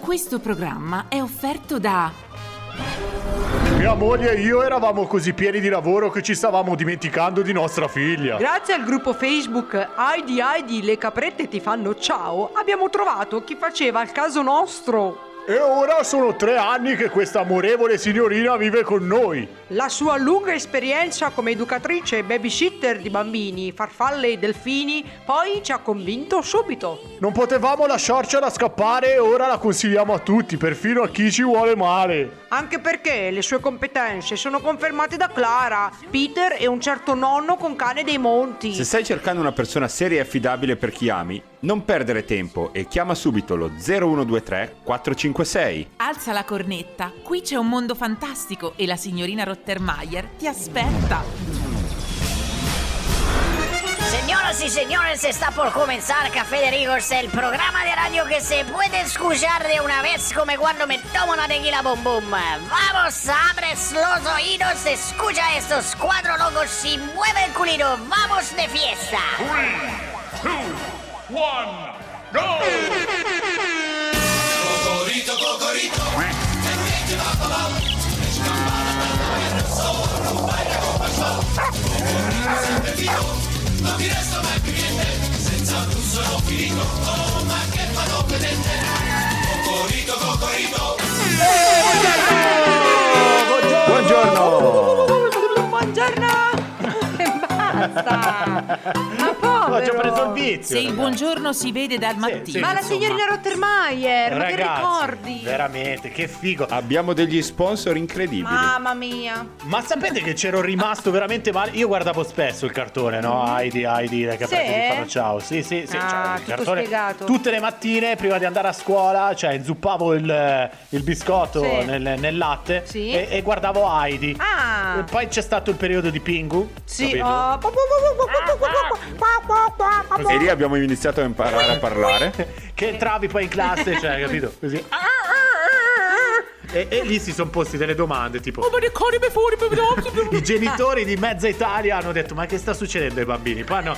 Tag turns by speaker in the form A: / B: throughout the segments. A: Questo programma è offerto da
B: Mia moglie e io eravamo così pieni di lavoro che ci stavamo dimenticando di nostra figlia.
C: Grazie al gruppo Facebook Heidi Heidi le caprette ti fanno ciao abbiamo trovato chi faceva il caso nostro.
B: E ora sono tre anni che questa amorevole signorina vive con noi.
C: La sua lunga esperienza come educatrice e babysitter di bambini, farfalle e delfini poi ci ha convinto subito.
B: Non potevamo lasciarcela scappare e ora la consigliamo a tutti, perfino a chi ci vuole male.
C: Anche perché le sue competenze sono confermate da Clara, Peter e un certo nonno con cane dei monti.
D: Se stai cercando una persona seria e affidabile per chi ami, non perdere tempo e chiama subito lo 0123 456.
A: Alza la cornetta. Qui c'è un mondo fantastico e la signorina Rottermeier ti aspetta.
E: Señoras y señores, está por comenzar Café de Rigors, el programa de radio que se puede escuchar de una vez como cuando me tomo una tequila bom bom. Vamos, abres los oídos, escucha a estos cuatro locos y mueve el culino. Vamos de fiesta.
D: Buongiorno!
C: Buongiorno! E basta! Ma
B: Ma ci ho preso il
C: povero!
B: vizio.
A: Se il buongiorno si vede dal mattino.
B: sì.
C: Ma la signorina Rottermeier, ma che ricordi?
B: Veramente, che figo.
D: Abbiamo degli sponsor incredibili.
C: Mamma mia!
B: Ma sapete che c'ero rimasto veramente male? Io guardavo spesso il cartone, no? Heidi, Heidi, le caprette
C: Mm. Sì?
B: di fanno ciao. Sì, sì, sì.
C: Ah,
B: ciao. Il
C: tutto spiegato.
B: Tutte le mattine, prima di andare a scuola, cioè, inzuppavo il, eh, il biscotto
C: Sì.
B: nel, nel latte
C: Sì.
B: e, e guardavo Heidi.
C: Ah.
B: E poi c'è stato il periodo di Pingu.
C: Sì,
B: capito?
C: oh, po- po- po- po- po- po- po- po- po- po-
D: E lì abbiamo iniziato a imparare a parlare.
B: Che entravi poi in classe, cioè, capito? Così. Ah, E, e lì si sono posti delle domande, tipo... I genitori di mezza Italia hanno detto: Ma che sta succedendo ai bambini? Poi hanno.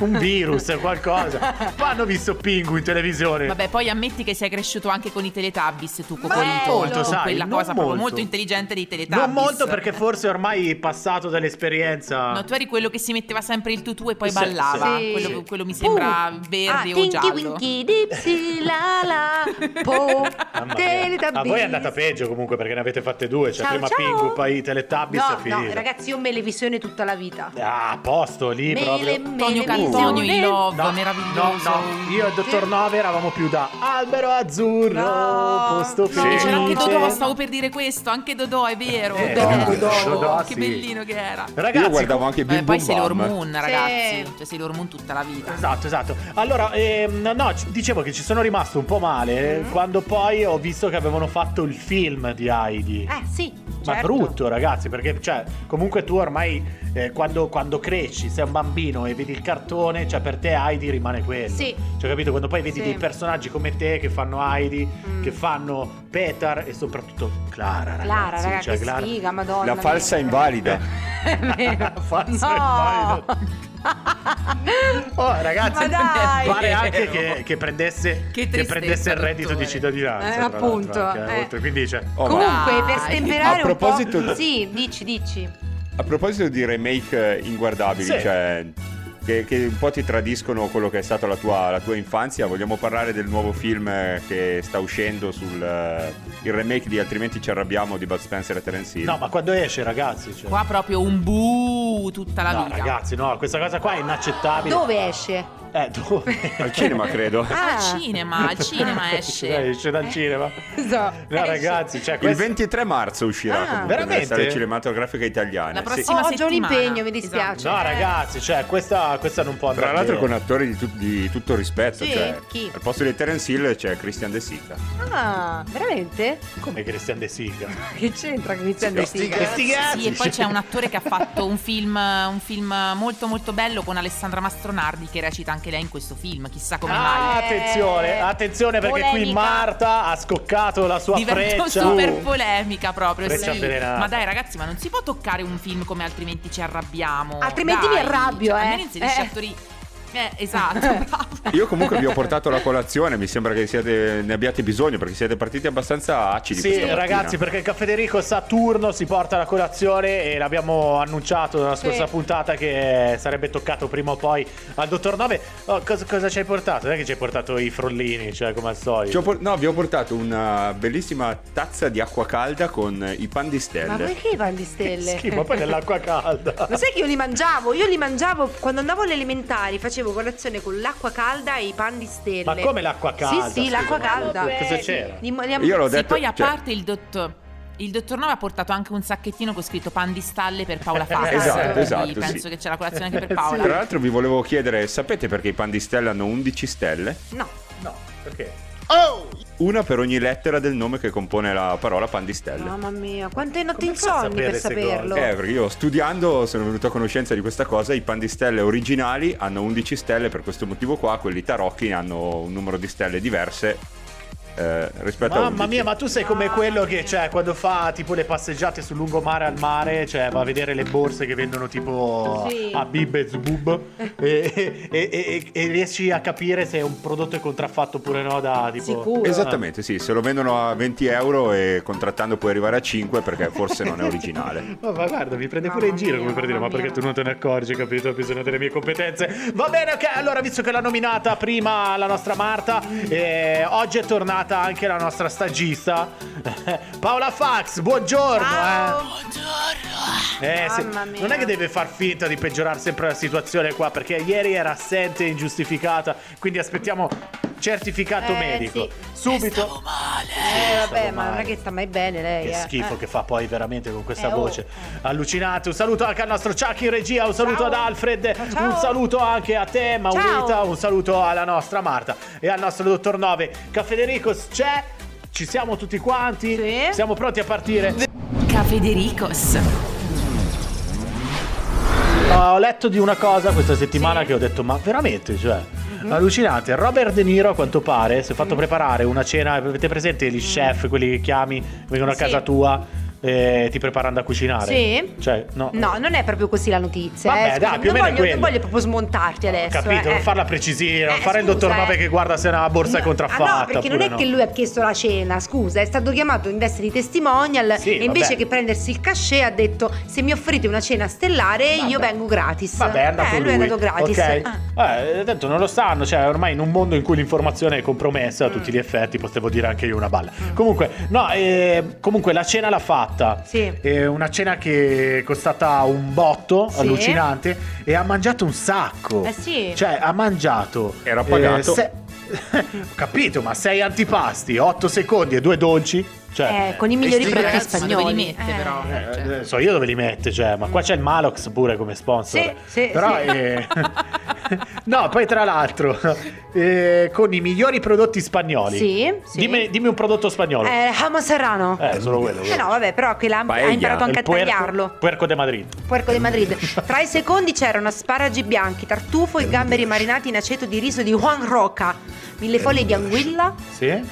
B: un virus, qualcosa. Poi hanno visto Pingu in televisione.
A: Vabbè, poi ammetti che sei cresciuto anche con i Teletubbies, tu
C: Ma non
A: Cocorito,
C: molto,
A: con
B: sai,
A: quella
B: non
A: cosa proprio
B: molto.
A: molto intelligente dei Teletubbies.
B: non molto perché forse ormai è passato dall'esperienza.
A: No, tu eri quello che si metteva sempre il tutù e poi
B: Sì,
A: ballava.
C: sì.
A: quello,
B: Sì.
A: quello mi sembra
C: Uh.
A: verde
C: Ah,
A: o
C: tinky
A: giallo.
C: winky dipsy la la po
B: Mamma mia.
C: Teletubbies.
B: A voi è andata peggio comunque perché ne avete fatte due. Cioè,
C: Ciao,
B: prima
C: ciao.
B: Pingu, poi i Teletubbies
C: No,
B: e finita.
C: no, ragazzi, io me le visione tutta la vita.
B: Ah, a posto lì
C: Me le-
B: proprio.
C: me
A: Tonio
C: le
A: Cantonio,
C: visione-
A: I Love,
B: No, no,
A: meraviglioso.
B: no, io e il dottor Nove eravamo più da albero azzurro,
C: No,
B: posto
C: no,
B: felice.
D: Sì.
A: C'era anche Dodò, stavo per dire questo, anche Dodò, è vero.
B: Eh,
A: Dodò,
B: Dodò, Dodò,
A: che
B: sì.
A: bellino che era.
B: Ragazzi,
D: Io guardavo anche
A: Vabbè,
D: Bim
A: eh, poi
D: Bum
A: Sailor
D: Bam.
A: Moon, ragazzi. Cioè Sailor Moon tutta la vita.
B: Esatto, esatto. Allora, ehm, no, c- dicevo che ci sono rimasto un po' male eh,
C: Mm-hmm.
B: quando poi ho visto che avevano fatto il film di Heidi.
C: Eh, sì.
B: Ma
C: certo.
B: brutto, ragazzi, perché cioè, comunque tu ormai eh, quando, quando cresci, sei un bambino e vedi il cartone, cioè per te Heidi rimane quello.
C: Sì.
B: Cioè, capito? Quando poi vedi
C: Sì.
B: dei personaggi come te che fanno Heidi,
C: Mm.
B: che fanno Petar e soprattutto Clara, ragazzi.
C: Clara, raga,
B: Cioè,
C: che
B: Clara-
C: sfiga, madonna.
D: La
C: mia.
D: falsa invalida.
C: È vero.
B: Falsa
C: no.
B: Oh, ragazzi,
C: Ma dai!
B: pare anche che, che prendesse,
A: Che
B: che
A: tristezza,
B: prendesse il reddito
A: dottore.
B: di cittadinanza.
C: Eh,
B: tra l'altro,
C: appunto,
B: anche,
C: eh.
B: oltre. Quindi, cioè,
D: Oh, ma
C: Comunque, per
A: Dai.
C: stemperare
D: A proposito-
C: un po'. Sì, dici, dici.
D: a proposito di remake eh, inguardabili,
B: Sì.
D: cioè, Che, che un po' ti tradiscono quello che è stata la tua, la tua infanzia. Vogliamo parlare del nuovo film eh, che sta uscendo sul eh, il remake di Altrimenti ci arrabbiamo di Bud Spencer e Terence Hill.
B: no, ma quando esce, ragazzi? Cioè,
A: Qua proprio un buh tutta la
B: no,
A: vita.
B: ragazzi, no, questa cosa qua è inaccettabile.
C: Dove esce?
B: Eh, dove?
D: Al cinema, credo.
A: Al cinema, al cinema esce.
B: Eh, esce dal cinema.
C: Esatto.
B: No, ragazzi, cioè,
D: Il
B: questo-
D: 23 marzo uscirà
C: Ah.
D: comunque
B: Veramente?
D: nella sala cinematografica
A: La
D: italiana. sì.
A: prossima
C: Oh,
A: settimana.
C: oggi ho un impegno,
A: Esatto.
C: mi dispiace.
B: No, ragazzi, cioè, questa, questa non può andare.
D: Tra l'altro con attori di, tut- di tutto rispetto.
C: Sì?
D: cioè,
C: Chi?
D: Al posto di Terence Hill c'è Christian De Sica.
C: Ah, veramente?
B: Come Christian De Siga.
C: Che c'entra che inizia
D: Sì,
C: a
D: sti
C: sì?
B: Questi cazzi,
A: Sì, e poi c'è
B: cioè.
A: un attore che ha fatto un film, un film molto molto bello con Alessandra Mastronardi che recita anche lei in questo film, chissà come Eh, mai.
B: Ah, attenzione, attenzione perché qui
C: Polemica.
B: Marta ha scoccato la sua
A: Diventò
B: freccia. Uh.
A: super polemica proprio.
B: Freccia
A: sì.
B: avvelenata.
A: Ma dai, ragazzi, ma non si può toccare un film come altrimenti ci arrabbiamo.
C: Altrimenti
A: Dai,
C: mi arrabbio,
A: cioè,
C: eh.
A: Almeno inserisci
C: Eh.
A: attori. Eh, esatto, bravo.
D: Io comunque vi ho portato la colazione, mi sembra che siate- ne abbiate bisogno perché siete partiti abbastanza acidi.
B: Sì,
D: questa mattina.
B: ragazzi, perché il Caffè Federico Saturno si porta la colazione e l'abbiamo annunciato nella scorsa
C: Sì.
B: puntata che sarebbe toccato prima o poi al dottor Nove. Oh, cosa, cosa ci hai portato? Non è che ci hai portato i frollini, cioè come al
D: Ci ho
B: solito.
D: por- no, vi ho portato una bellissima tazza di acqua calda con eh, i pan di
C: Ma
D: stelle.
C: perché i pan di stelle?
B: Schifo, poi nell'acqua calda.
C: Lo sai che io li mangiavo? Io li mangiavo quando andavo alle elementari, facevo colazione con l'acqua calda e i pan di stelle.
B: Ma come l'acqua calda?
C: Sì, sì,
B: Scusa,
C: l'acqua
B: ma
C: calda.
B: Cosa c'era?
C: Li- li-
D: Io l'ho
C: sì,
A: Sì,
D: detto.
A: poi a
D: cioè,
A: parte il dottor. Il dottor Nova ha portato anche un sacchettino con scritto pan di stalle per Paola Fazza.
D: Esatto,
A: quindi
D: esatto, sì.
A: Penso che c'è la colazione anche per
D: Tra
A: Paola.
D: l'altro vi volevo chiedere, sapete perché i pan di stelle hanno 11 stelle?
C: No.
B: No, perché?
D: Una per ogni lettera del nome che compone la parola pan di stelle.
C: Mamma mia, quante notti
B: Come fa a
C: insonni per
B: sapere queste
C: saperlo.
B: cose?
D: Eh, perché io studiando sono venuto a conoscenza di questa cosa, i pan di stelle originali hanno 11 stelle per questo motivo qua, quelli tarocchi hanno un numero di stelle diverse eh, rispetto a 11.
B: Mamma mia, ma tu sei come quello che, cioè, quando fa tipo le passeggiate sul lungomare al mare, cioè, va a vedere le borse che vendono tipo
C: Sì.
B: a bib e zbub e, e- e- e- e riesci a capire se un prodotto è contraffatto oppure no da tipo...
C: Sicuro.
D: Esattamente, sì, se lo vendono a 20 euro e contrattando puoi arrivare a 5 perché forse non è originale.
B: Oh, ma guarda, mi prende pure
C: Mamma
B: in giro
C: mia,
B: come per dire, ma
C: mamma
B: perché
C: mia.
B: tu non te ne accorgi, capito? Bisogna delle mie competenze. Va bene, ok, allora visto che l'ha nominata prima la nostra Marta, eh, oggi è tornata anche la nostra stagista Paola Fax, buongiorno. eh.
C: Ciao.
B: Eh, se-
C: Mamma mia.
B: non è che deve far finta di peggiorare sempre la situazione qua, perché ieri era assente e ingiustificata, quindi aspettiamo certificato
C: Eh,
B: medico.
C: sì.
B: Subito.
C: Eh, vabbè,
B: Stavo
C: ma non è
B: male.
C: che sta mai bene lei.
B: Che
C: eh.
B: schifo
C: Eh.
B: che fa poi veramente con questa
C: Eh, oh.
B: voce. Allucinante. Un saluto anche al nostro Chuck in regia, un saluto
C: Ciao.
B: ad Alfred,
C: Ciao.
B: un saluto anche a te Maurita,
C: Ciao.
B: un saluto alla nostra Marta e al nostro dottor Nove. Caffederico c'è, ci siamo tutti quanti,
C: Sì.
B: siamo pronti a partire.
A: Cafedericos.
B: Ah, Ho letto di una cosa questa settimana che ho detto, ma veramente, cioè, allucinante. Robert De Niro, a quanto pare, si è
C: Mm.
B: fatto preparare una cena. Avete presente gli chef, quelli che chiami, vengono a
C: Sì.
B: casa tua e ti preparano da cucinare?
C: Sì.
B: Cioè, no.
C: No, non è proprio così la notizia.
B: Vabbè,
C: eh. Scusa,
B: dai, più o
C: non,
B: meno è
C: voglio, non
B: quello.
C: voglio proprio smontarti adesso.
B: Capito,
C: eh.
B: non farla precisina, non
C: Eh,
B: fare il dottor
C: scusa,
B: Nove
C: eh.
B: che guarda se una borsa è
C: No, ah,
B: contraffatta.
C: no, perché non
B: oppure
C: è che lui ha chiesto la cena, scusa, è stato chiamato in veste di testimonial
B: Sì,
C: e invece
B: vabbè.
C: che prendersi il cachet ha detto se mi offrite una cena stellare io
B: Vabbè.
C: vengo gratis.
B: Vabbè, è andato
C: eh,
B: lui.
C: lui è andato gratis.
B: Ok.
C: Ah.
B: Eh, detto, non lo sanno, cioè ormai in un mondo in cui l'informazione è compromessa
C: Mm.
B: a tutti gli effetti, potevo dire anche io una balla. Comunque, no, eh, comunque la cena l'ha fatta.
C: Sì.
B: È una cena che è costata un botto,
C: Sì.
B: allucinante, e ha mangiato un sacco.
C: Eh sì.
B: Cioè, ha mangiato... eh,
D: Era pagato.
B: Ho capito, ma sei antipasti, 8 secondi e due dolci. Cioè,
C: Eh, con i migliori
D: sti
C: prodotti
D: ragazzi,
A: Ma dove li
C: spagnoli.
A: mette
C: Eh.
A: però? Cioè.
B: eh, so io dove li mette, cioè, ma qua c'è il Malox pure come sponsor.
C: Sì, sì,
B: Però,
C: sì.
B: eh, no, poi tra l'altro, eh, con i migliori prodotti spagnoli.
C: Sì, sì.
B: Dimmi, dimmi un prodotto spagnolo.
C: Eh, Hamo Serrano.
B: Eh, solo quello.
C: Eh no, vabbè, però che l'ha ha
D: Paella.
C: imparato anche a
B: Il puerco-
C: tagliarlo.
B: Puerco de Madrid.
C: Puerco di Madrid. Tra i secondi c'erano asparagi bianchi, tartufo e gamberi marinati in aceto di riso di Juan Roca, mille foglie di anguilla,
B: Sì?
C: eh,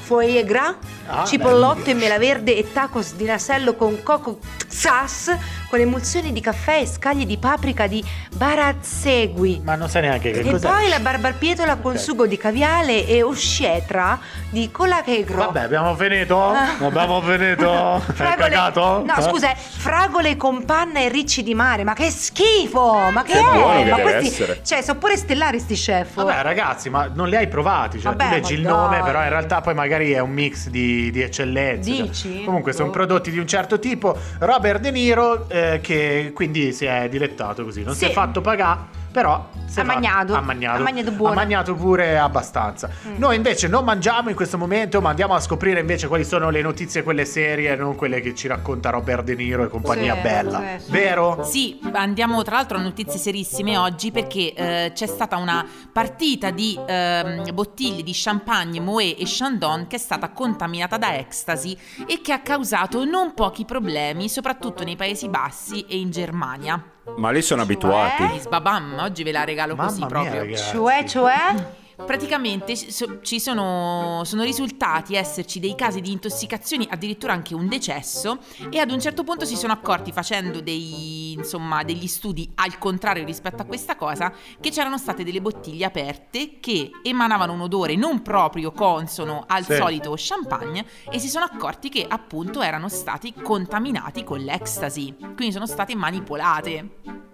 C: foie gras,
B: Ah,
C: cipollotto e mela verde e tacos di nasello con coco xas, con emulsioni di caffè e scaglie di paprika di barazzegui.
B: Ma non sai neanche che
C: E
B: cos'è.
C: poi la barbarpietola con
B: Ok.
C: sugo di caviale e oscetra di colachegro.
B: Vabbè, abbiamo finito? Abbiamo finito? Hai
C: Fragole-
B: cagato?
C: Ah. No,
B: Eh?
C: scusa, eh, fragole con panna e ricci di mare. Ma che schifo! Ma che,
D: Che
C: è?
D: buono che
C: ma
D: deve
C: questi,
D: essere.
C: Cioè, sono pure stellari sti chef.
B: Vabbè, ragazzi, ma non li hai provati. Cioè,
C: Vabbè,
B: tu leggi
C: ma
B: il
C: dai.
B: nome, però in realtà poi magari è un mix di, di eccellenze. cioè.
C: Dici?
B: comunque, sono
C: Boh.
B: prodotti di un certo tipo. Robert De Niro, eh, che quindi si è dilettato così, non si è
C: Sì.
B: fatto pagare. Però si è
C: Ha magnato.
B: fatto- ha magnato,
C: Ha magnato buono. Mm.
B: Ha magnato pure abbastanza. Noi invece non mangiamo in questo momento, ma andiamo a scoprire invece quali sono le notizie, quelle serie, non quelle che ci racconta Robert De Niro e compagnia
C: Sì,
B: bella.
C: sì, sì.
B: Vero?
A: Sì, andiamo tra l'altro a notizie serissime oggi perché eh, c'è stata una partita di ehm, bottiglie di champagne Moët e Chandon che è stata contaminata da ecstasy e che ha causato non pochi problemi, soprattutto nei Paesi Bassi e in Germania.
D: Ma lì sono abituati.
C: Eh?
A: Sbabam, oggi ve la regalo
B: Mamma
A: così
B: mia,
A: proprio.
B: ragazzi.
C: Cioè, cioè?
A: praticamente ci so- ci sono, sono risultati esserci dei casi di intossicazioni, addirittura anche un decesso, e ad un certo punto si sono accorti facendo dei, insomma, degli studi al contrario rispetto a questa cosa, che c'erano state delle bottiglie aperte che emanavano un odore non proprio consono al
B: Sì.
A: solito champagne e si sono accorti che appunto erano stati contaminati con l'ecstasy, quindi sono state manipolate.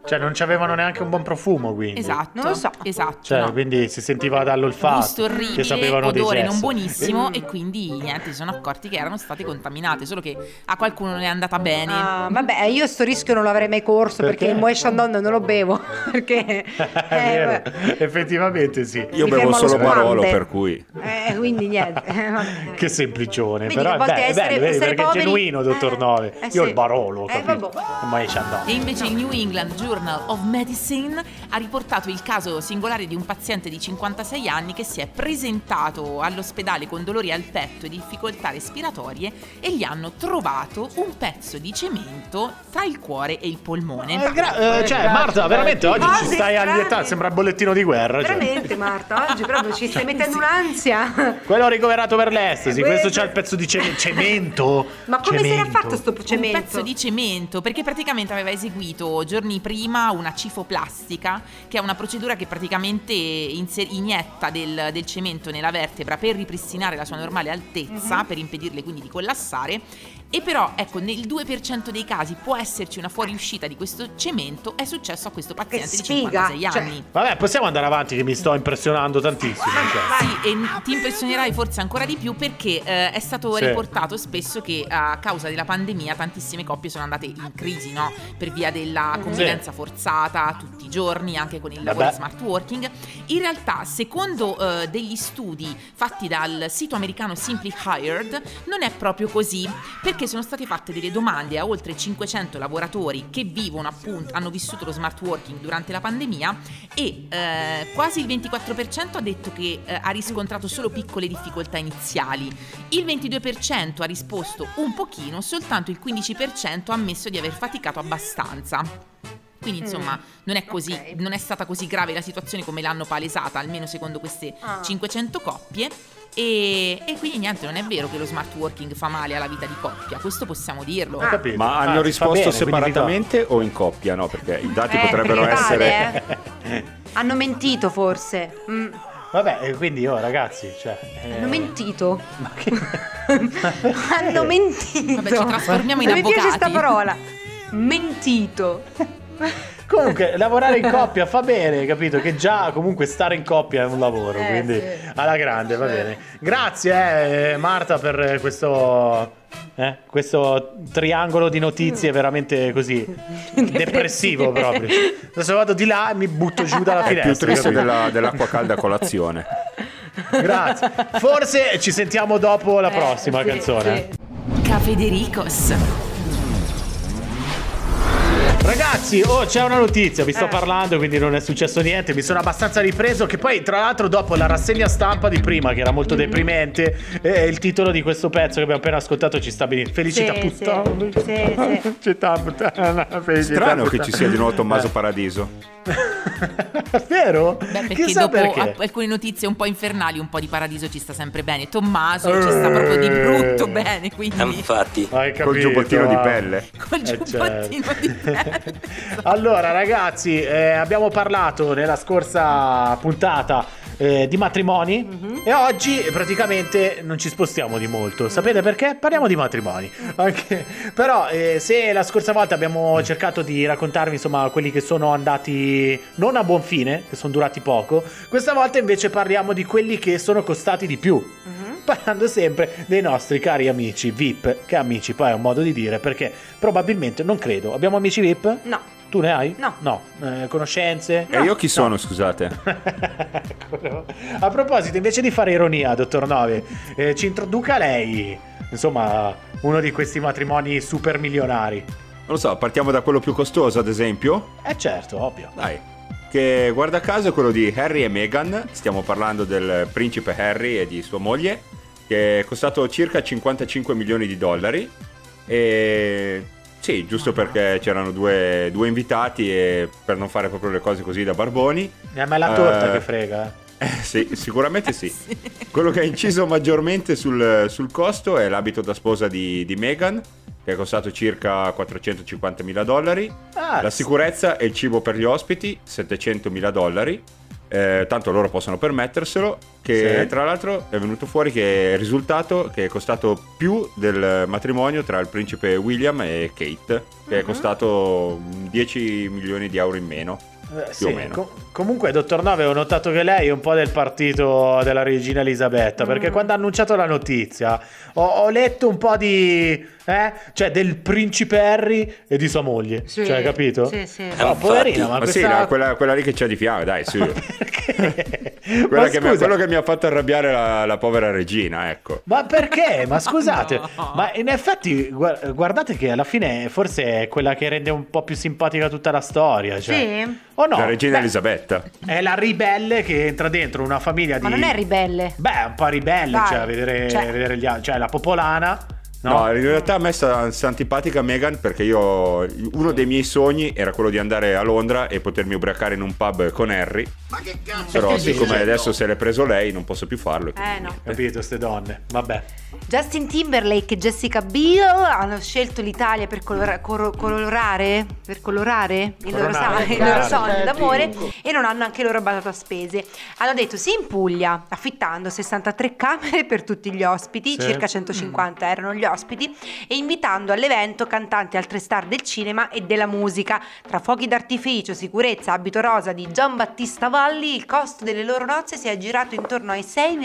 B: Cioè, non c'avevano neanche un buon profumo, quindi.
A: Esatto.
C: Non lo so.
A: Esatto.
B: Cioè,
A: no.
B: quindi si sentiva dall'olfatto.
A: gusto
B: che
A: orribile,
B: sapevano di
A: odore non
B: sesso.
A: buonissimo
B: Eh,
A: e quindi niente, si sono accorti che erano state contaminate, solo che a qualcuno non è andata bene.
C: Ah, vabbè, io sto rischio non l'avrei mai corso perché,
B: Perché?
C: il Moe Chandon non lo bevo. Perché
B: è
C: eh,
B: vero,
C: vabbè.
B: effettivamente sì.
D: Io
C: Mi
D: bevo
C: fermo allo
D: solo
C: spumante.
D: Barolo, per cui.
C: Eh, quindi niente. Eh, vabbè.
B: Che semplicione,
C: Vedi,
B: però
C: a
B: è
C: volte
B: bello, è
C: essere-
B: bello, vedi,
C: essere
B: perché
C: poveri-
B: è genuino, dottor
C: eh,
B: Nove.
C: eh,
B: Io
C: sì.
B: il barolo,
C: Eh,
B: capito?
C: vabbè.
B: Ma ci andò.
A: E invece il New England Journal of Medicine ha riportato il caso singolare di un paziente di 56 anni che si è presentato all'ospedale con dolori al petto e difficoltà respiratorie e gli hanno trovato un pezzo di cemento tra il cuore e il polmone.
B: Eh, gra- eh, cioè, Marta, veramente oggi
C: Cose
B: ci stai
C: strane.
B: allietando, sembra il bollettino di guerra. cioè.
C: Veramente Marta, oggi proprio ci stai mettendo un'ansia.
B: Quello ricoverato per l'estasi,
C: Eh,
B: questo
C: questo-
B: c'ha il pezzo di ce- cemento.
C: Ma come si era
B: Cemento.
C: fatto sto cemento?
A: Un pezzo di cemento, perché praticamente aveva eseguito giorni prima una cifoplastica, che è una procedura che praticamente inse- inietta del, del cemento nella vertebra per ripristinare la sua normale altezza, per impedirle quindi di collassare. E però, ecco, nel 2% dei casi può esserci una fuoriuscita di questo cemento, è successo a questo paziente di
C: sfiga,
A: 56
C: cioè-
A: anni.
B: Vabbè, possiamo andare avanti che mi sto impressionando tantissimo. cioè.
A: Sì, e n- ti impressionerai forse ancora di più perché eh, è stato
B: Sì.
A: riportato spesso che a causa della pandemia tantissime coppie sono andate in crisi, no? Per via della convivenza forzata tutti i giorni, anche con il lavoro di
B: Vabbè.
A: smart working. In realtà, secondo eh, degli studi fatti dal sito americano Simply Hired, non è proprio così, perché sono state fatte delle domande a oltre 500 lavoratori che vivono appunto, hanno vissuto lo smart working durante la pandemia e eh, quasi il 24% ha detto che eh, ha riscontrato solo piccole difficoltà iniziali, il 22% ha risposto un pochino, soltanto il 15% ha ammesso di aver faticato abbastanza. Quindi insomma non, è così,
C: Mm, ok.
A: non è stata così grave la situazione come l'hanno palesata, almeno secondo queste
C: Ah.
A: 500 coppie. E, e quindi niente, non è vero che lo smart working fa male alla vita di coppia, questo possiamo dirlo.
C: Ah.
B: Ho capito.
D: Ma hanno
B: Anzi,
D: risposto
B: va Ah, bene, quindi
D: separatamente o in coppia? No, perché i dati
C: Eh,
D: potrebbero
C: perché
D: essere.
C: vale, eh. Hanno mentito forse. Mm,
B: vi do- Vabbè, eh, quindi oh, ragazzi, cioè... eh,
C: Hanno mentito.
B: ma che-
C: hanno mentito.
A: Vabbè, ci trasformiamo in
C: Non Mi piace
A: avvocati.
C: sta parola. Mentito.
B: Comunque, lavorare in coppia fa bene, capito? Che già comunque stare in coppia è un lavoro,
C: Eh,
B: quindi
C: sì. Eh.
B: alla grande, va bene. Grazie eh, Marta per eh, questo, eh, questo triangolo di
C: Mm.
B: notizie veramente così depressivo proprio. Adesso vado di là e mi butto giù dalla
D: È più
B: finestra.
D: triste
B: capito?
D: della- dell'acqua calda a colazione.
B: Grazie. Forse ci sentiamo dopo la prossima
C: Eh, sì,
B: canzone.
C: sì.
A: Cafedericos.
B: Ragazzi, oh, c'è una notizia, vi sto
C: Eh.
B: parlando, quindi non è successo niente, mi sono abbastanza ripreso che poi tra l'altro dopo la rassegna stampa di prima che era molto
C: Mhm.
B: deprimente, eh, il titolo di questo pezzo che abbiamo appena ascoltato ci sta bene. Felicità
C: Sì,
B: puttana.
C: sì, sì, sì.
B: Felicità puttana. Felicità
D: Strano che
B: puttana.
D: ci sia di nuovo Tommaso Paradiso.
B: Vero?
A: Beh, perché
B: Chissà
A: dopo
B: perché.
A: a- alcune notizie un po' infernali, un po' di paradiso ci sta sempre bene. Tommaso ci sta proprio di brutto bene, quindi
F: Infatti,
B: Hai
D: Col
B: capito,
D: giubbottino di
B: ah.
D: pelle.
A: col
B: Eh,
A: giubbottino
B: certo.
A: di pelle.
B: allora ragazzi eh, abbiamo parlato nella scorsa puntata eh, di matrimoni e oggi eh, praticamente non ci spostiamo di molto sapete perché? parliamo di matrimoni Anche- però eh, se la scorsa volta abbiamo cercato di raccontarvi insomma quelli che sono andati non a buon fine che sono durati poco questa volta invece parliamo di quelli che sono costati di più parlando sempre dei nostri cari amici VIP, che amici poi è un modo di dire perché probabilmente non credo. Abbiamo amici VIP?
C: No.
B: Tu ne hai?
C: No.
B: No. Eh, conoscenze?
D: E io chi sono, scusate?
B: Eccolo. A proposito, invece di fare ironia, dottor Nove, eh, ci introduca lei, insomma, uno di questi matrimoni super milionari.
D: Non lo so, partiamo da quello più costoso, ad esempio.
B: Eh certo, ovvio.
D: Dai. Che guarda caso è quello di Harry e Meghan. Stiamo parlando del principe Harry e di sua moglie, che è costato circa 55 milioni di dollari. E sì, giusto perché c'erano due, due invitati e per non fare proprio le cose così da barboni.
B: Eh, ma è la torta
D: Eh.
B: che frega. eh.
D: Eh, sì, sicuramente sì. Quello che ha inciso maggiormente sul, sul costo è l'abito da sposa di, di Meghan, che è costato circa 450.000 dollari,
B: Ah,
D: la
B: sì.
D: sicurezza e il cibo per gli ospiti, 700.000 dollari. eh, tanto loro possono permetterselo, che
B: Sì.
D: tra l'altro è venuto fuori che il risultato che è costato più del matrimonio tra il principe William e Kate, che è
B: Mhm.
D: costato mm, 10 milioni di euro in meno.
B: Eh,
D: più o meno.
B: comunque, dottor Nove, ho notato che lei è un po' del partito della regina Elisabetta,
C: Mm.
B: perché quando ha annunciato la notizia ho, ho letto un po' di... eh? Cioè, del principe Harry e di sua moglie.
C: Sì,
B: cioè, capito?
C: sì, sì.
B: No, poverina, ma
D: Ma sì,
B: questa...
D: no, quella, quella lì che c'è di fianco, dai, sì.
B: Perché?
D: Quella
B: ma,
D: che mi-
B: scusa,
D: quello che mi ha fatto arrabbiare la, la povera regina, ecco.
B: ma perché? Ma scusate,
A: No.
B: ma in effetti gua- guardate che alla fine forse è quella che rende un po' più simpatica tutta la storia. Cioè.
C: Sì?
B: O no?
D: la regina
B: Beh,
D: Elisabetta.
B: È la ribelle che entra dentro una famiglia
C: Ma
B: di...
C: non è ribelle.
B: Beh, è un po' ribelle,
C: Dai,
B: cioè, vedere,
C: cioè-
B: vedere gli altri, cioè la popolana, no?
D: No, in realtà a me sta, sta antipatica Megan perché io uno dei miei sogni era quello di andare a Londra e potermi ubriacare in un pub con Harry.
F: Ma che cazzo?
D: Però
B: Eh sì,
D: siccome
B: certo.
D: adesso se l'è preso lei non posso più farlo.
C: Eh no.
B: Capito, ste donne, vabbè.
C: Justin Timberlake e Jessica Biel hanno scelto l'Italia per colora- coro- colorare, per colorare il loro,
B: Coronare,
C: sal- il
B: coronare.
C: loro soldo d'amore e non hanno anche loro badato a spese. Hanno detto sì in Puglia, affittando 63 camere per tutti gli ospiti,
B: Sì.
C: circa 150 erano gli ospiti, e invitando all'evento cantanti e altre star del cinema e della musica. Tra fuochi d'artificio, sicurezza, abito rosa di Gian Battista Valli, il costo delle loro nozze si è girato intorno ai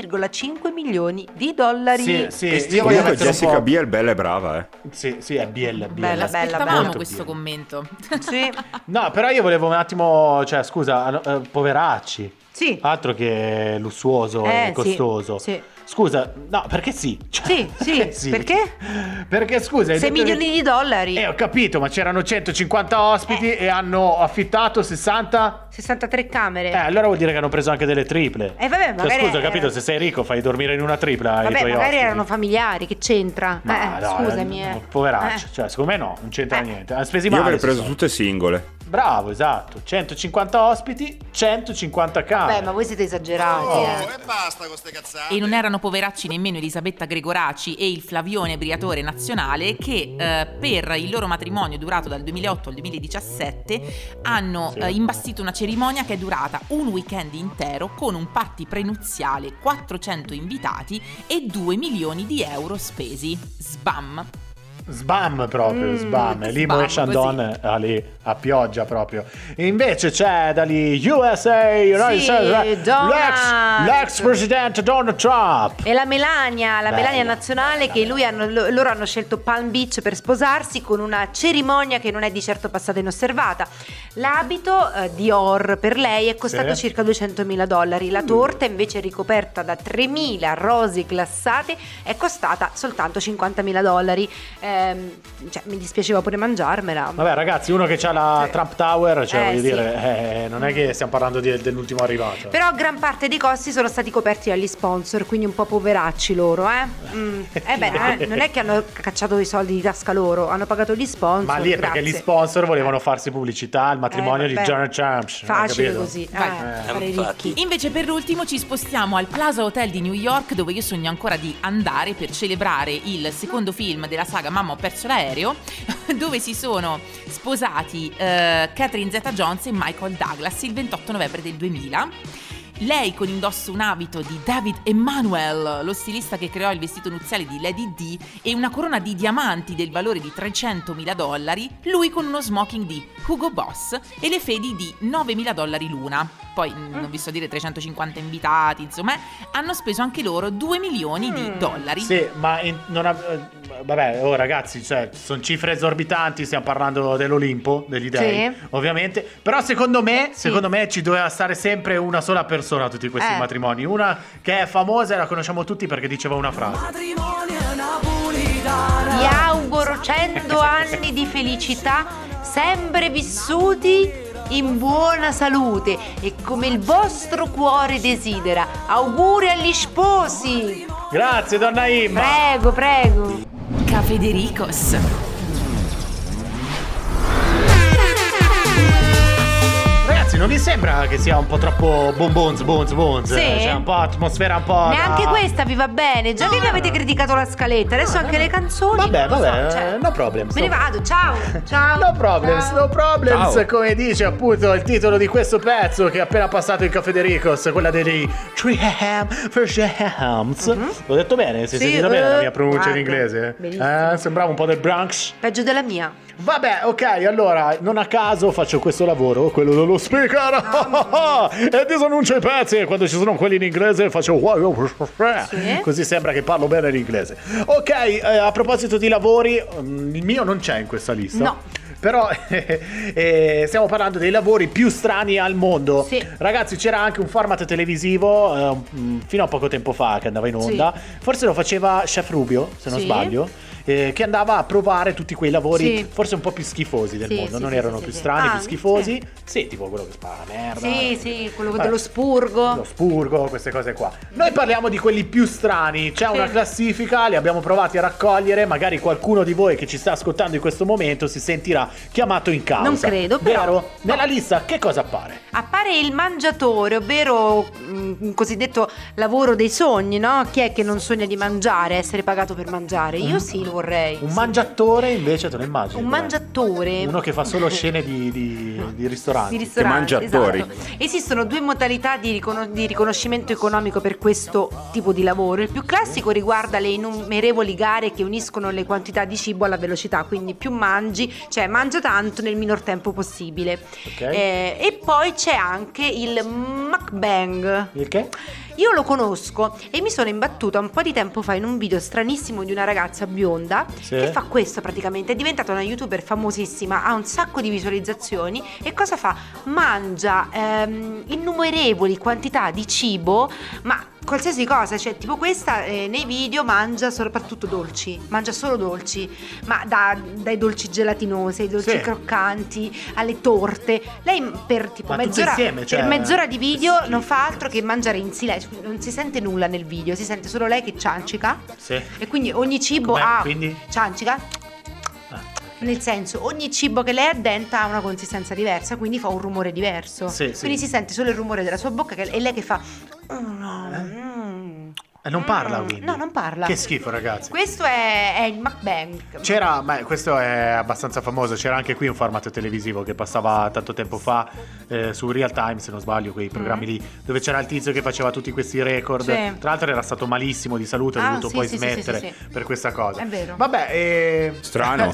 C: 6,5 milioni di dollari.
B: Sì, sì, io voglio
D: Comunque
B: mettere un
D: Jessica
B: po'...
D: Biel bella e brava, eh.
B: Sì, sì, è BL, BL.
C: Bella, bella,
A: Aspettavamo
C: bella.
A: questo commento.
C: Sì,
B: No, però io volevo un attimo, cioè, scusa, ah, no, eh, poveracci.
C: sì.
B: Altro che lussuoso
C: Eh,
B: e
C: sì,
B: Ah, costoso.
C: sì.
B: Scusa, no, perché sì? Cioè,
C: Sì, sì, perché?
B: Perché scusa, hai
C: 6
B: detto che-
C: milioni di dollari. Eh.
B: Eh, ho capito, ma c'erano 150 ospiti e hanno affittato 60
C: 63
B: Eh,
C: camere.
B: allora vuol dire che hanno preso anche delle triple.
C: Eh, vabbè,
B: Cioè,
C: magari
B: scusa,
C: era-
B: capito, se sei ricco fai dormire in una tripla i
C: Vabbè,
B: tuoi
C: magari
B: ospiti.
C: erano familiari, che c'entra?
B: Ma
C: eh,
B: no,
C: scusami.
B: eh,
C: Eh.
B: Poveraccio,
C: Eh.
B: cioè, secondo me no, non c'entra
C: Eh.
B: niente. Ha spesi
D: Io
B: male.
D: avrei
B: si
D: preso
B: sono.
D: tutte singole.
B: Bravo, esatto. 150 ospiti, 150 camere.
C: Vabbè, ma voi siete esagerati.
F: Oh,
C: eh.
F: e basta con ste cazzate.
A: E non erano poveracci nemmeno Elisabetta Gregoraci e il Flavione Briatore Nazionale che eh, per il loro matrimonio durato dal 2008 al 2017 hanno
B: Sì.
A: eh, imbastito una cerimonia che è durata un weekend intero con un patti prenuziale, 400 invitati e 2 milioni di euro spesi. Sbam!
B: Sbam proprio,
C: Mm,
B: sbam. Limo
A: sbam,
B: e Shandon ah, lì, a pioggia proprio. E invece c'è da lì USA, United
C: Sì,
B: States,
C: Donald.
B: l'ex, l'ex presidente Donald Trump.
C: E la Melania, la
B: Bella,
C: Melania nazionale
B: bella,
C: che lui hanno- lo- loro hanno scelto Palm Beach per sposarsi con una cerimonia che non è di certo passata inosservata. L'abito eh, di Or per lei è costato
B: Sì.
C: circa 200.000 dollari, la torta invece ricoperta da 3.000 rose glassate è costata soltanto 50.000 dollari. Ehm, cioè, mi dispiaceva pure mangiarmela.
B: Vabbè ragazzi, uno che ha la
C: Sì.
B: Trump Tower, cioè
C: Eh,
B: voglio
C: sì.
B: dire, eh, non è che stiamo parlando di- dell'ultimo arrivato.
C: Però gran parte dei costi sono stati coperti dagli sponsor, quindi un po' poveracci loro, eh. Mm. Eh beh, eh, non è che hanno cacciato i soldi di tasca loro, hanno pagato gli sponsor.
B: Ma lì è perché
C: grazie.
B: gli sponsor volevano farsi pubblicità al matrimonio
C: Eh,
B: di
C: vabbè.
B: Donald Trump. eh,
C: Facile
B: capito?
C: così, eh,
A: Vai.
C: fare i ricchi.
A: Invece per l'ultimo ci spostiamo al Plaza Hotel di New York dove io sogno ancora di andare per celebrare il secondo film della saga Mamma ho perso l'aereo dove si sono sposati eh, Catherine Zeta-Jones e Michael Douglas il 28 novembre del 2000. Lei con indosso un abito di David Emanuel, lo stilista che creò il vestito nuziale di Lady D e una corona di diamanti del valore di 300.000 dollari, lui con uno smoking di Hugo Boss e le fedi di 9.000 dollari l'una. Poi mh, non vi so dire 350 invitati, insomma, eh, hanno speso anche loro 2 milioni di dollari.
B: Sì, ma in- non ha- eh, vabbè, oh, ragazzi, cioè, sono cifre esorbitanti, stiamo parlando dell'Olimpo, degli dei,
C: Sì.
B: ovviamente. Però secondo me, secondo me ci doveva stare sempre una sola persona a tutti questi
C: Eh.
B: matrimoni, una che è famosa e la conosciamo tutti perché diceva una frase.
C: Vi auguro 100 anni di felicità, sempre vissuti in buona salute e come il vostro cuore desidera. Auguri agli sposi!
B: Grazie donna Imma.
C: Prego, prego.
A: Cafedericos.
B: Ragazzi, non vi sembra che sia un po' troppo boom bonz bonz bonz?
C: Sì.
B: Cioè, un po' atmosfera un po'. da-
C: Neanche questa vi va bene. Già che vi avete criticato la scaletta, adesso anche le canzoni.
B: Vabbè,
C: non lo
B: vabbè,
C: so, cioè,
B: eh, no problem.
C: Me ne vado, ciao. Ciao.
B: No problems,
C: ciao.
B: no problems,
D: Ciao.
B: come dice appunto il titolo di questo pezzo che è appena passato in Caffè De Ricos, quella dei Tree Ham for Shams. L'ho detto bene, si è
C: Mm-hmm. Sì,
B: sentita bene la
C: eh,
B: mia pronuncia in
C: guarda,
B: inglese?
C: benissimo.
B: Eh, sembrava un po' del Bronx.
C: Peggio della mia.
B: Vabbè, ok, allora, non a caso faccio questo lavoro, quello dello speaker, e disannuncio i pezzi, e quando ci sono quelli in inglese faccio così sembra che parlo bene l'inglese. Ok, eh, a proposito di lavori, mm, il mio non c'è in questa lista.
C: No.
B: Però eh, stiamo parlando dei lavori più strani al mondo.
C: Sì.
B: Ragazzi, c'era anche un format televisivo eh, mm, fino a poco tempo fa che andava in onda. Forse lo faceva Chef Rubio, se non
C: Sì.
B: sbaglio, eh, che andava a provare tutti quei lavori
C: Sì.
B: forse un po' più schifosi del
C: Sì,
B: mondo.
C: sì,
B: non
C: sì,
B: erano
C: sì,
B: più
C: sì.
B: strani,
C: Ah,
B: più schifosi. Sì. tipo quello che spara la merda.
C: Sì, sì, quello
B: Vabbè.
C: dello spurgo.
B: Lo spurgo, queste cose qua. Noi parliamo di quelli più strani. C'è una classifica, li abbiamo provati a raccogliere. Magari qualcuno di voi che ci sta ascoltando in questo momento si sentirà chiamato in causa.
C: Non credo, però-
B: Vero? Nella lista che cosa appare?
C: Appare il mangiatore, ovvero mm, un cosiddetto lavoro dei sogni, no? Chi è che non sogna di mangiare, essere pagato per mangiare? Io sì, lo vorrei.
B: Un
C: sì.
B: mangiatore invece te lo immagini?
C: Un
B: com'è?
C: mangiatore.
B: Uno che fa solo scene di, di, di ristoranti.
C: Di ristoranti,
D: mangiatori.
C: esatto. Esistono due modalità di, ricono- di riconoscimento economico per questo tipo di lavoro. Il più classico riguarda le innumerevoli gare che uniscono le quantità di cibo alla velocità, quindi più mangi, cioè mangia tanto nel minor tempo possibile.
B: Ok.
C: Eh, e poi c'è anche il mukbang.
B: Il che?
C: Io lo conosco e mi sono imbattuta un po' di tempo fa in un video stranissimo di una ragazza bionda
B: Sì.
C: che fa questo praticamente, è diventata una youtuber famosissima, ha un sacco di visualizzazioni e cosa fa? Mangia ehm, innumerevoli quantità di cibo, ma qualsiasi cosa, cioè tipo questa eh, nei video mangia soprattutto dolci, mangia solo dolci, ma da- dai dolci gelatinosi ai dolci
B: Sì.
C: croccanti alle torte. Lei per tipo
B: Ma tutti
C: mezz'ora,
B: insieme, cioè-
C: per mezz'ora di video
B: Sì.
C: non fa altro che mangiare in silenzio, non si sente nulla nel video, si sente solo lei che ciancica
B: Sì.
C: e quindi ogni cibo
B: Com'è,
C: ha
B: quindi?
C: ciancica.
B: Ah.
C: Nel senso, ogni cibo che lei addenta ha una consistenza diversa, quindi fa un rumore diverso.
B: Sì, Eh? sì.
C: Quindi si sente solo il rumore della sua bocca che- e lei che fa "Oh, no, mm,
B: Eh, non parla
C: mm".
B: quindi.
C: No, non parla.
B: Che schifo, ragazzi.
C: Questo è, è il MacBang.
B: C'era, ma questo è abbastanza famoso, c'era anche qui un format televisivo che passava tanto tempo fa eh, su Real Time, se non sbaglio, quei programmi lì, dove c'era il tizio che faceva tutti questi record.
C: Mm. Sì.
B: Tra l'altro era stato malissimo di salute, ha
C: Ah,
B: dovuto
C: sì,
B: poi
C: sì, sì,
B: smettere
C: sì, sì.
B: per questa cosa.
C: È vero.
B: Vabbè, eh,
D: Strano.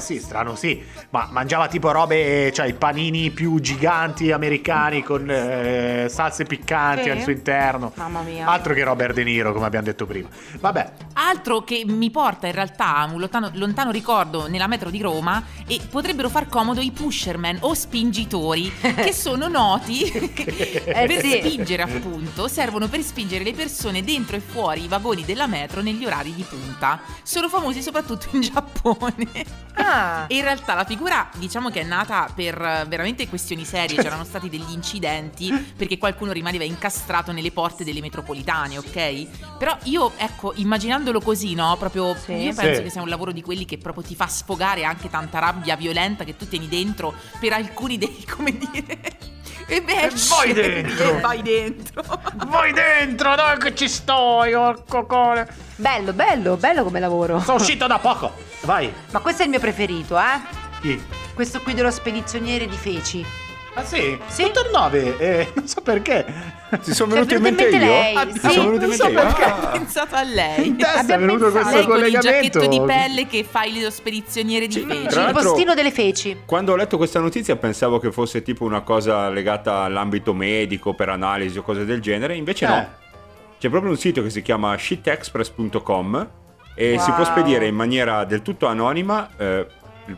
B: sì, strano, sì. Ma mangiava tipo robe, cioè i panini più giganti americani con eh, salse piccanti
C: Sì.
B: al suo interno.
C: Mamma mia.
B: Altro che Robert De Niro, come abbiamo detto prima. Vabbè,
A: Altro che mi porta in realtà a un lontano, lontano ricordo nella metro di Roma e potrebbero far comodo i pusherman o spingitori che sono noti
B: Eh
A: per
C: sì.
A: spingere appunto, servono per spingere le persone dentro e fuori i vagoni della metro negli orari di punta. Sono famosi soprattutto in Giappone.
C: Ah,
A: E In realtà la figura diciamo che è nata per eh, veramente questioni serie, c'erano stati degli incidenti perché qualcuno rimaneva incastrato nelle porte delle metropolitane, ok? Però io ecco, immaginandolo così, no, proprio
C: Sì.
A: io penso
B: Sì.
A: che sia un lavoro di quelli che proprio ti fa sfogare anche tanta rabbia violenta che tu tieni dentro per alcuni dei, come dire. E, beh,
B: E vai dentro! Ah.
A: E vai dentro.
B: voi dentro, dai che ci sto, io coccone.
C: bello, bello, bello come lavoro.
B: Sono uscito da poco. Vai.
C: Ma questo è il mio preferito, eh?
B: Chi?
C: Questo qui dello spedizioniere di feci.
B: Ah sì?
C: Sì.
B: 89, eh, non so perché.
D: Ti sono
C: Ti è
D: venuto in
C: venuta
D: mente
C: in
D: io?
C: mente lei? Sì,
D: Ah, Ti sono venuto in
B: non so
D: mente io?
B: perché.
D: Ah.
A: Pensato a lei.
B: In testa è
C: Abbiamo
B: venuto
C: pensato.
B: questo
A: Eh, Lei con il
B: collegamento.
A: giacchetto di pelle che fai lo spedizioniere di
D: Sì,
A: feci.
D: Tra
C: Il
D: l'altro-
C: postino delle feci.
D: Quando ho letto questa notizia pensavo che fosse tipo una cosa legata all'ambito medico per analisi o cose del genere, invece
B: Eh.
D: no. C'è proprio un sito che si chiama shitexpress.com e si
C: Wow.
D: può spedire in maniera del tutto anonima eh,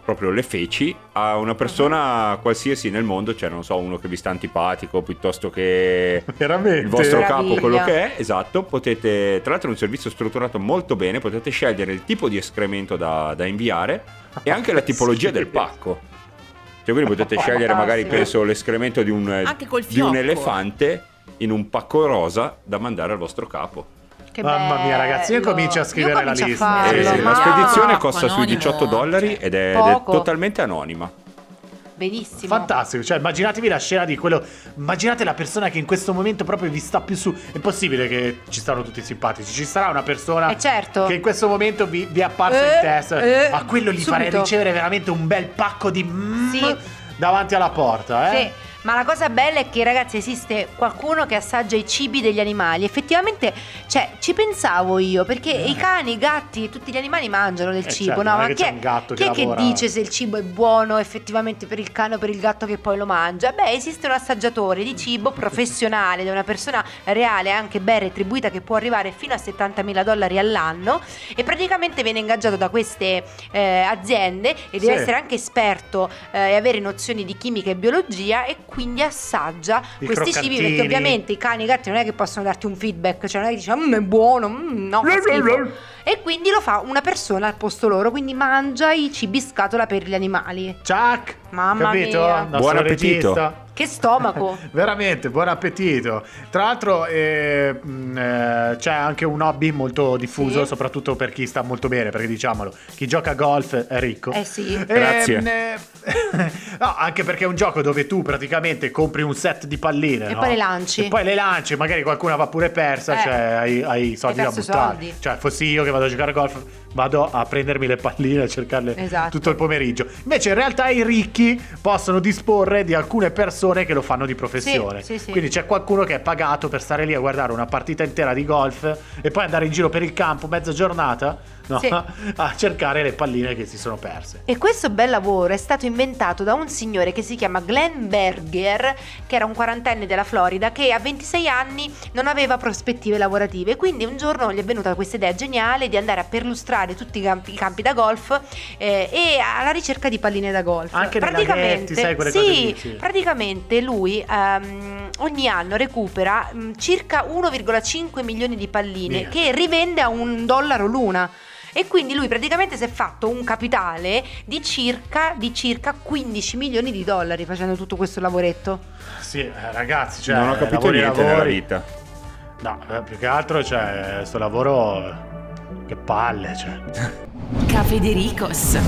D: proprio le feci a una persona qualsiasi nel mondo, cioè non so, uno che vi sta antipatico piuttosto che
B: Veramente?
D: il vostro
C: Meraviglia.
D: capo, quello che è, esatto, potete, tra l'altro è un servizio strutturato molto bene, potete scegliere il tipo di escremento da, da inviare e anche la tipologia
B: Sì.
D: del pacco. Cioè, quindi potete scegliere magari,
C: Fantastico.
D: penso, l'escremento di un, eh,
A: Anche col
D: di un
A: fiocco.
D: elefante in un pacco rosa da mandare al vostro capo.
C: Che
B: Mamma mia, ragazzi, io
C: bello.
B: comincio a scrivere la
C: comincio a
B: lista.
C: farlo,
D: E
A: Eh,
D: la
C: mamma.
A: ma-
D: spedizione
A: Pacco
D: costa sui
A: anonimo,
D: 18 dollari
A: cioè,
D: ed è, ed è
C: poco.
D: totalmente anonima.
C: Benissimo.
B: Fantastico, cioè immaginatevi la scena di quello, immaginate la persona che in questo momento proprio vi sta più su, è possibile che ci stanno tutti simpatici, ci sarà una persona
C: Eh, certo.
B: che in questo momento vi, vi è apparsa
C: Eh,
B: in testa,
C: eh,
B: a quello gli farei
C: subito.
B: ricevere veramente un bel pacco di mm
C: Sì.
B: davanti alla porta, eh?
C: Sì, ma la cosa bella è che ragazzi esiste qualcuno che assaggia i cibi degli animali. Effettivamente, cioè, ci pensavo io, perché i cani, i gatti, tutti gli animali mangiano del
B: Eh,
C: cibo,
B: certo,
C: no?
B: non è
C: Ma
B: che
C: chi
B: c'è
C: è,
B: un gatto
C: chi
B: che
C: è che
B: lavora-
C: dice se il cibo è buono effettivamente per il cane o per il gatto che poi lo mangia? Beh, esiste un assaggiatore di cibo professionale, da una persona reale, anche ben retribuita, che può arrivare fino a 70.000 dollari all'anno e praticamente viene ingaggiato da queste eh, aziende e deve
B: Sì.
C: essere anche esperto eh, e avere nozioni di chimica e biologia e quindi assaggia
B: I
C: questi cibi
B: croccantini.
C: perché ovviamente i cani e i gatti non è che possono darti un feedback, cioè non è che dici "Mm, è buono, mm, no, fa schifo". E quindi lo fa una persona al posto loro, quindi mangia i cibi in scatola per gli animali.
B: Ciak,
C: Mamma
B: capito?
C: mia.
B: Nostro
D: Buon appetito.
B: regista.
C: Che stomaco!
B: Veramente, buon appetito. Tra l'altro eh, mh, eh, c'è anche un hobby molto diffuso,
C: Sì.
B: soprattutto per chi sta molto bene, perché diciamolo, chi gioca a golf è ricco.
C: Eh sì.
B: E,
D: Grazie.
B: mh, Ehm, eh, no, anche perché è un gioco dove tu praticamente compri un set di palline.
C: E
B: no?
C: poi le lanci.
B: E poi le lanci, magari qualcuna va pure persa,
C: Eh.
B: cioè hai, hai i soldi
C: Hai
B: da
C: perso i
B: buttare.
C: soldi.
B: Cioè fossi io che vado a giocare a golf, vado a prendermi le palline, a cercarle
C: Esatto.
B: tutto il pomeriggio. Invece in realtà i ricchi possono disporre di alcune persone che lo fanno di professione.
C: Sì, sì, sì.
B: Quindi c'è qualcuno che è pagato per stare lì a guardare una partita intera di golf e poi andare in giro per il campo mezza giornata no?
C: Sì.
B: a cercare le palline che si sono perse.
C: E questo bel lavoro è stato inventato da un signore che si chiama Glenn Berger, che era un quarantenne della Florida, che a 26 anni non aveva prospettive lavorative. Quindi un giorno gli è venuta questa idea geniale di andare a perlustrare tutti i campi, i campi da golf eh, e alla ricerca di palline da golf.
B: Anche nei laghetti, sai, quelle
C: sì,
B: cose lì, sì.
C: praticamente lui ehm, ogni anno recupera mh, circa 1,5 milioni di palline
B: Mia.
C: che rivende a un dollaro l'una. E quindi lui praticamente si è fatto un capitale di circa, di circa 15 milioni di dollari facendo tutto questo lavoretto.
B: Sì, eh, ragazzi, cioè,
D: non ho capito
B: lavori,
D: niente della
B: lavori.
D: vita.
B: No, eh, più che altro, cioè, sto lavoro. eh, Che palle, cioè.
A: Cafedericos.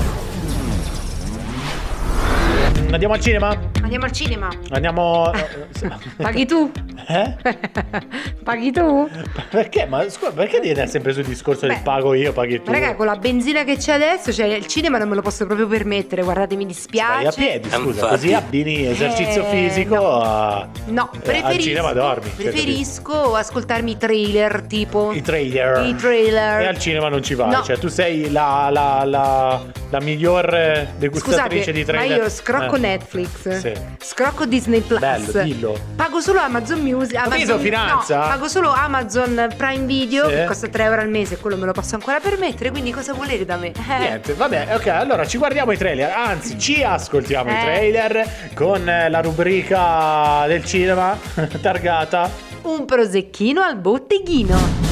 B: Andiamo al cinema?
C: Andiamo al cinema.
B: Andiamo. eh, se-
C: Paghi tu?
B: Eh?
C: Paghi tu?
B: Perché? Ma scusa, perché devi andare sempre sul discorso
C: Beh,
B: del pago io, paghi tu?
C: Raga, con la benzina che c'è adesso, cioè il cinema non me lo posso proprio permettere, guardate, mi
B: Vai a
C: dispiace.
B: piedi, scusa, così abbini esercizio
C: Eh,
B: fisico
C: no.
B: a.
C: No,
B: eh, Al
C: preferisco,
B: cinema dormi. cioè,
C: preferisco ascoltarmi i trailer tipo...
B: capito? I trailer.
C: I trailer.
B: E al cinema non ci vai.
C: No.
B: Cioè, tu sei la, la, la, la miglior eh, degustatrice
C: Scusate,
B: di trailer.
C: ma io scrocco
B: Eh.
C: Netflix,
B: Sì.
C: scrocco Disney Plus,
B: Bello, dillo.
C: pago solo Amazon Music,
B: visto
C: Amazon,
B: Finanza?
C: no, pago solo Amazon Prime Video
B: Sì.
C: che costa 3 euro al mese, quello me lo posso ancora permettere, quindi cosa volete da me? Eh,
B: Niente, vabbè, ok, allora ci guardiamo i trailer, anzi ci ascoltiamo i
C: Eh.
B: trailer con eh, la rubrica del cinema targata
C: Un prosecchino al botteghino.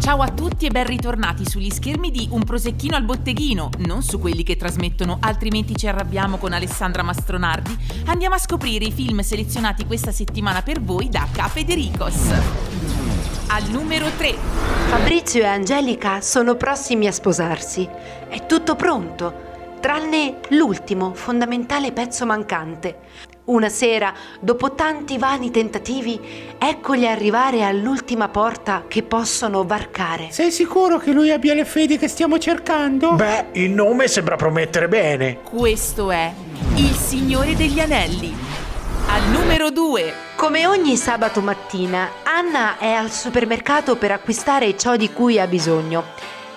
A: Ciao a tutti e ben ritornati sugli schermi di Un prosecchino al botteghino, non su quelli che trasmettono, altrimenti ci arrabbiamo con Alessandra Mastronardi. Andiamo a scoprire i film selezionati questa settimana per voi da Cafedericos. Al numero 3,
C: Fabrizio e Angelica sono prossimi a sposarsi. È tutto pronto, tranne l'ultimo fondamentale pezzo mancante. Una sera, dopo tanti vani tentativi, eccoli arrivare all'ultima porta che possono varcare.
G: Sei sicuro che lui abbia le fedi che stiamo cercando?
B: Beh, il nome sembra promettere bene
A: questo è Il Signore degli Anelli. Al numero 2,
C: Come ogni sabato mattina, Anna è al supermercato per acquistare ciò di cui ha bisogno.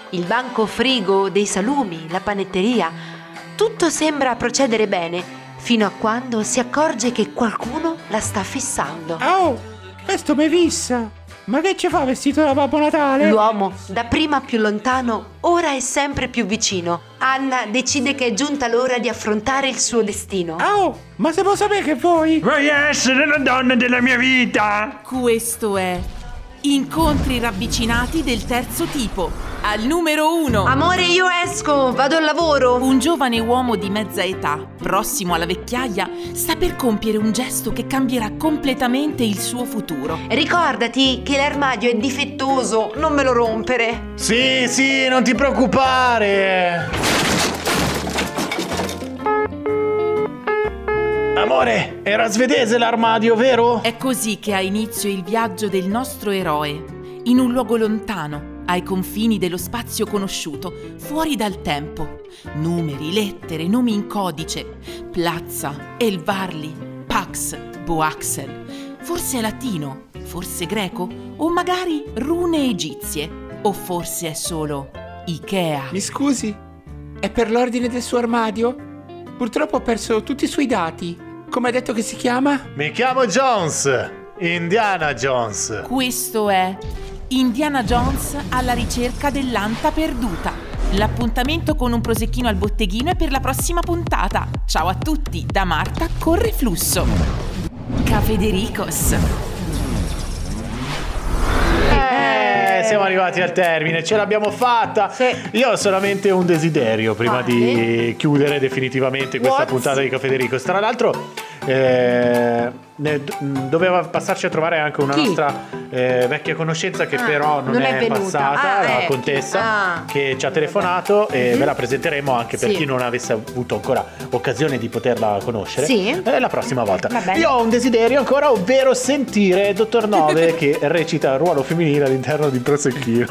C: Il banco frigo, dei salumi, la panetteria. Tutto sembra procedere bene, fino a quando si accorge che qualcuno la sta fissando.
G: Oh, questo mi fissa. Ma che ci fa vestito da Babbo Natale?
C: L'uomo, da prima più lontano, ora è sempre più vicino. Anna decide che è giunta l'ora di affrontare il suo destino.
G: Oh, ma se può sapere che voi?
B: Vuoi essere la donna della mia vita?
A: questo è Incontri ravvicinati del terzo tipo. Al numero uno.
C: Amore, io esco, vado al lavoro.
A: Un giovane uomo di mezza età, prossimo alla vecchiaia, sta per compiere un gesto che cambierà completamente il suo futuro.
C: Ricordati che l'armadio è difettoso, non me lo rompere.
B: Sì, sì, non ti preoccupare. Amore, era svedese l'armadio, vero?
A: È così che ha inizio il viaggio del nostro eroe, in un luogo lontano, ai confini dello spazio conosciuto, fuori dal tempo. Numeri, lettere, nomi in codice. Plazza, Elvarli, Pax, Boaxel. Forse è latino, forse greco, o magari rune egizie. O forse è solo Ikea.
G: Mi scusi, è per l'ordine del suo armadio? Purtroppo ho perso tutti i suoi dati. Come ha detto che si chiama?
B: Mi chiamo Jones. Indiana Jones.
A: Questo è Indiana Jones alla ricerca dell'anta perduta. L'appuntamento con un prosecchino al botteghino è per la prossima puntata. Ciao a tutti, da Marta Correflusso. Cafedericos.
B: Eh, siamo arrivati al termine, ce l'abbiamo fatta. Io ho solamente un desiderio prima di chiudere definitivamente questa puntata di Caffè Federico. Tra l'altro, eh, ne- d- mh, doveva passarci a trovare anche una
C: Chi?
B: nostra eh, vecchia conoscenza che
C: Ah,
B: però non,
C: non è venuta.
B: passata,
C: Ah,
B: la
C: ecco.
B: contessa,
C: Ah. Mm-hmm.
B: che ci ha telefonato e ve la presenteremo anche per
C: Sì.
B: chi non avesse avuto ancora occasione di poterla conoscere
C: Sì.
B: eh, la prossima volta.
C: Va bene.
B: Io ho un desiderio ancora, ovvero sentire Dottor Nove che recita il ruolo femminile all'interno di Prosecchino.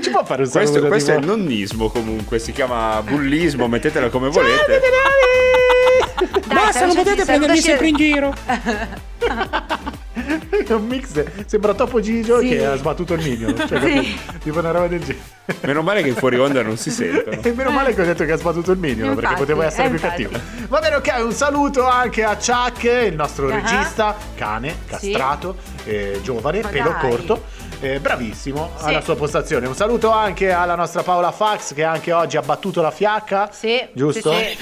B: Ci può fare un
D: Questo,
B: saluto?
D: questo è
B: tipo?
D: il nonnismo comunque, si chiama bullismo, mettetela come
B: Cioè,
D: volete.
C: Dai,
G: Basta, non
C: salutaci,
G: potete prendermi
C: salutaci-
G: sempre in giro.
B: È un mix. Sembra Topo Gigio
C: Sì.
B: che ha sbattuto il mignolo. Cioè, capito? Tipo una roba del genere.
D: Meno male che in fuori onda non si sentono.
B: E meno male che ho detto che ha sbattuto il mignolo perché
C: Infatti,
B: potevo essere
C: eh,
B: più
C: infatti.
B: cattivo. Va bene, ok. Un saluto anche a Chuck, il nostro
C: Ah.
B: regista, cane,
C: Sì.
B: castrato, eh, giovane,
C: Ma
B: pelo
C: dai.
B: corto. eh, bravissimo
C: Sì.
B: alla sua postazione. Un saluto anche alla nostra Paola Fax che anche oggi ha battuto la fiacca.
C: Sì,
B: Giusto?
C: sì,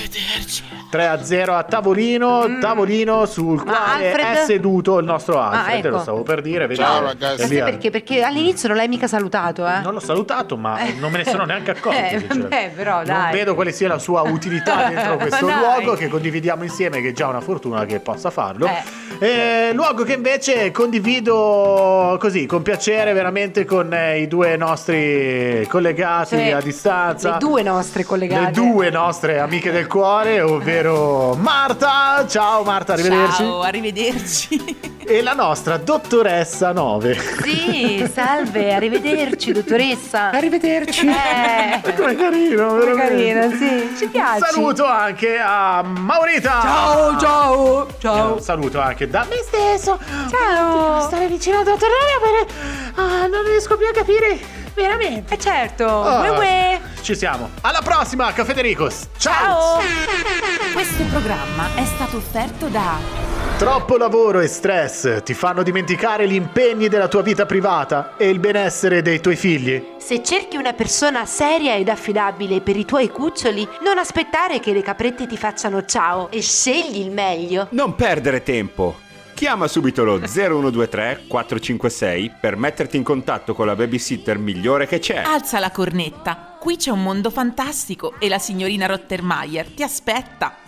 C: sì.
B: 3 a 0 a tavolino, tavolino sul
C: Mm. Ma
B: quale è
C: Alfred?
B: seduto il nostro Alfred.
C: ecco.
B: Lo stavo per dire. vedi?
F: Ciao, ragazzi.
B: È lì
C: Ma sai
B: a-
C: perché? Perché all'inizio non l'hai mica salutato, eh?
B: Non l'ho salutato, ma
C: Eh.
B: non me ne sono neanche accorto.
C: Eh,
B: sinceramente.
C: vabbè, però,
B: Non
C: dai.
B: vedo quale sia la sua utilità dentro questo
C: Ma dai.
B: luogo che condividiamo insieme, che è già una fortuna che possa farlo. Eh, luogo che invece condivido così, con piacere, veramente con eh, i due nostri collegati
C: Sì.
B: a distanza.
C: Le due nostre collegate.
B: Le due nostre amiche del cuore, ovvero Marta. Ciao Marta, arrivederci.
A: Ciao, arrivederci.
B: E la nostra dottoressa 9.
C: Sì, salve, arrivederci, dottoressa.
B: Ecco.
G: Arrivederci.
C: Eh,
B: Come carino,
C: è
B: veramente.
C: carina, sì, ci piace.
B: Saluto anche a Maurita.
C: Ciao, ciao, ciao.
B: Un Saluto anche da me stesso.
C: Ciao.
B: Stare vicino al dottor Rea per... Ah, non riesco più a capire. Veramente.
C: Eh certo,
B: Ah.
C: uè, uè.
B: Ci siamo. Alla prossima, Cafedericos.
C: Ciao.
A: Questo programma è stato offerto da
B: Troppo lavoro e stress ti fanno dimenticare gli impegni della tua vita privata e il benessere dei tuoi figli.
C: Se cerchi una persona seria ed affidabile per i tuoi cuccioli, non aspettare che le caprette ti facciano ciao e scegli il meglio.
D: Non perdere tempo. Chiama subito lo 0123 456 per metterti in contatto con la babysitter migliore che c'è.
A: Alza la cornetta. Qui c'è un mondo fantastico e la signorina Rottermeier ti aspetta.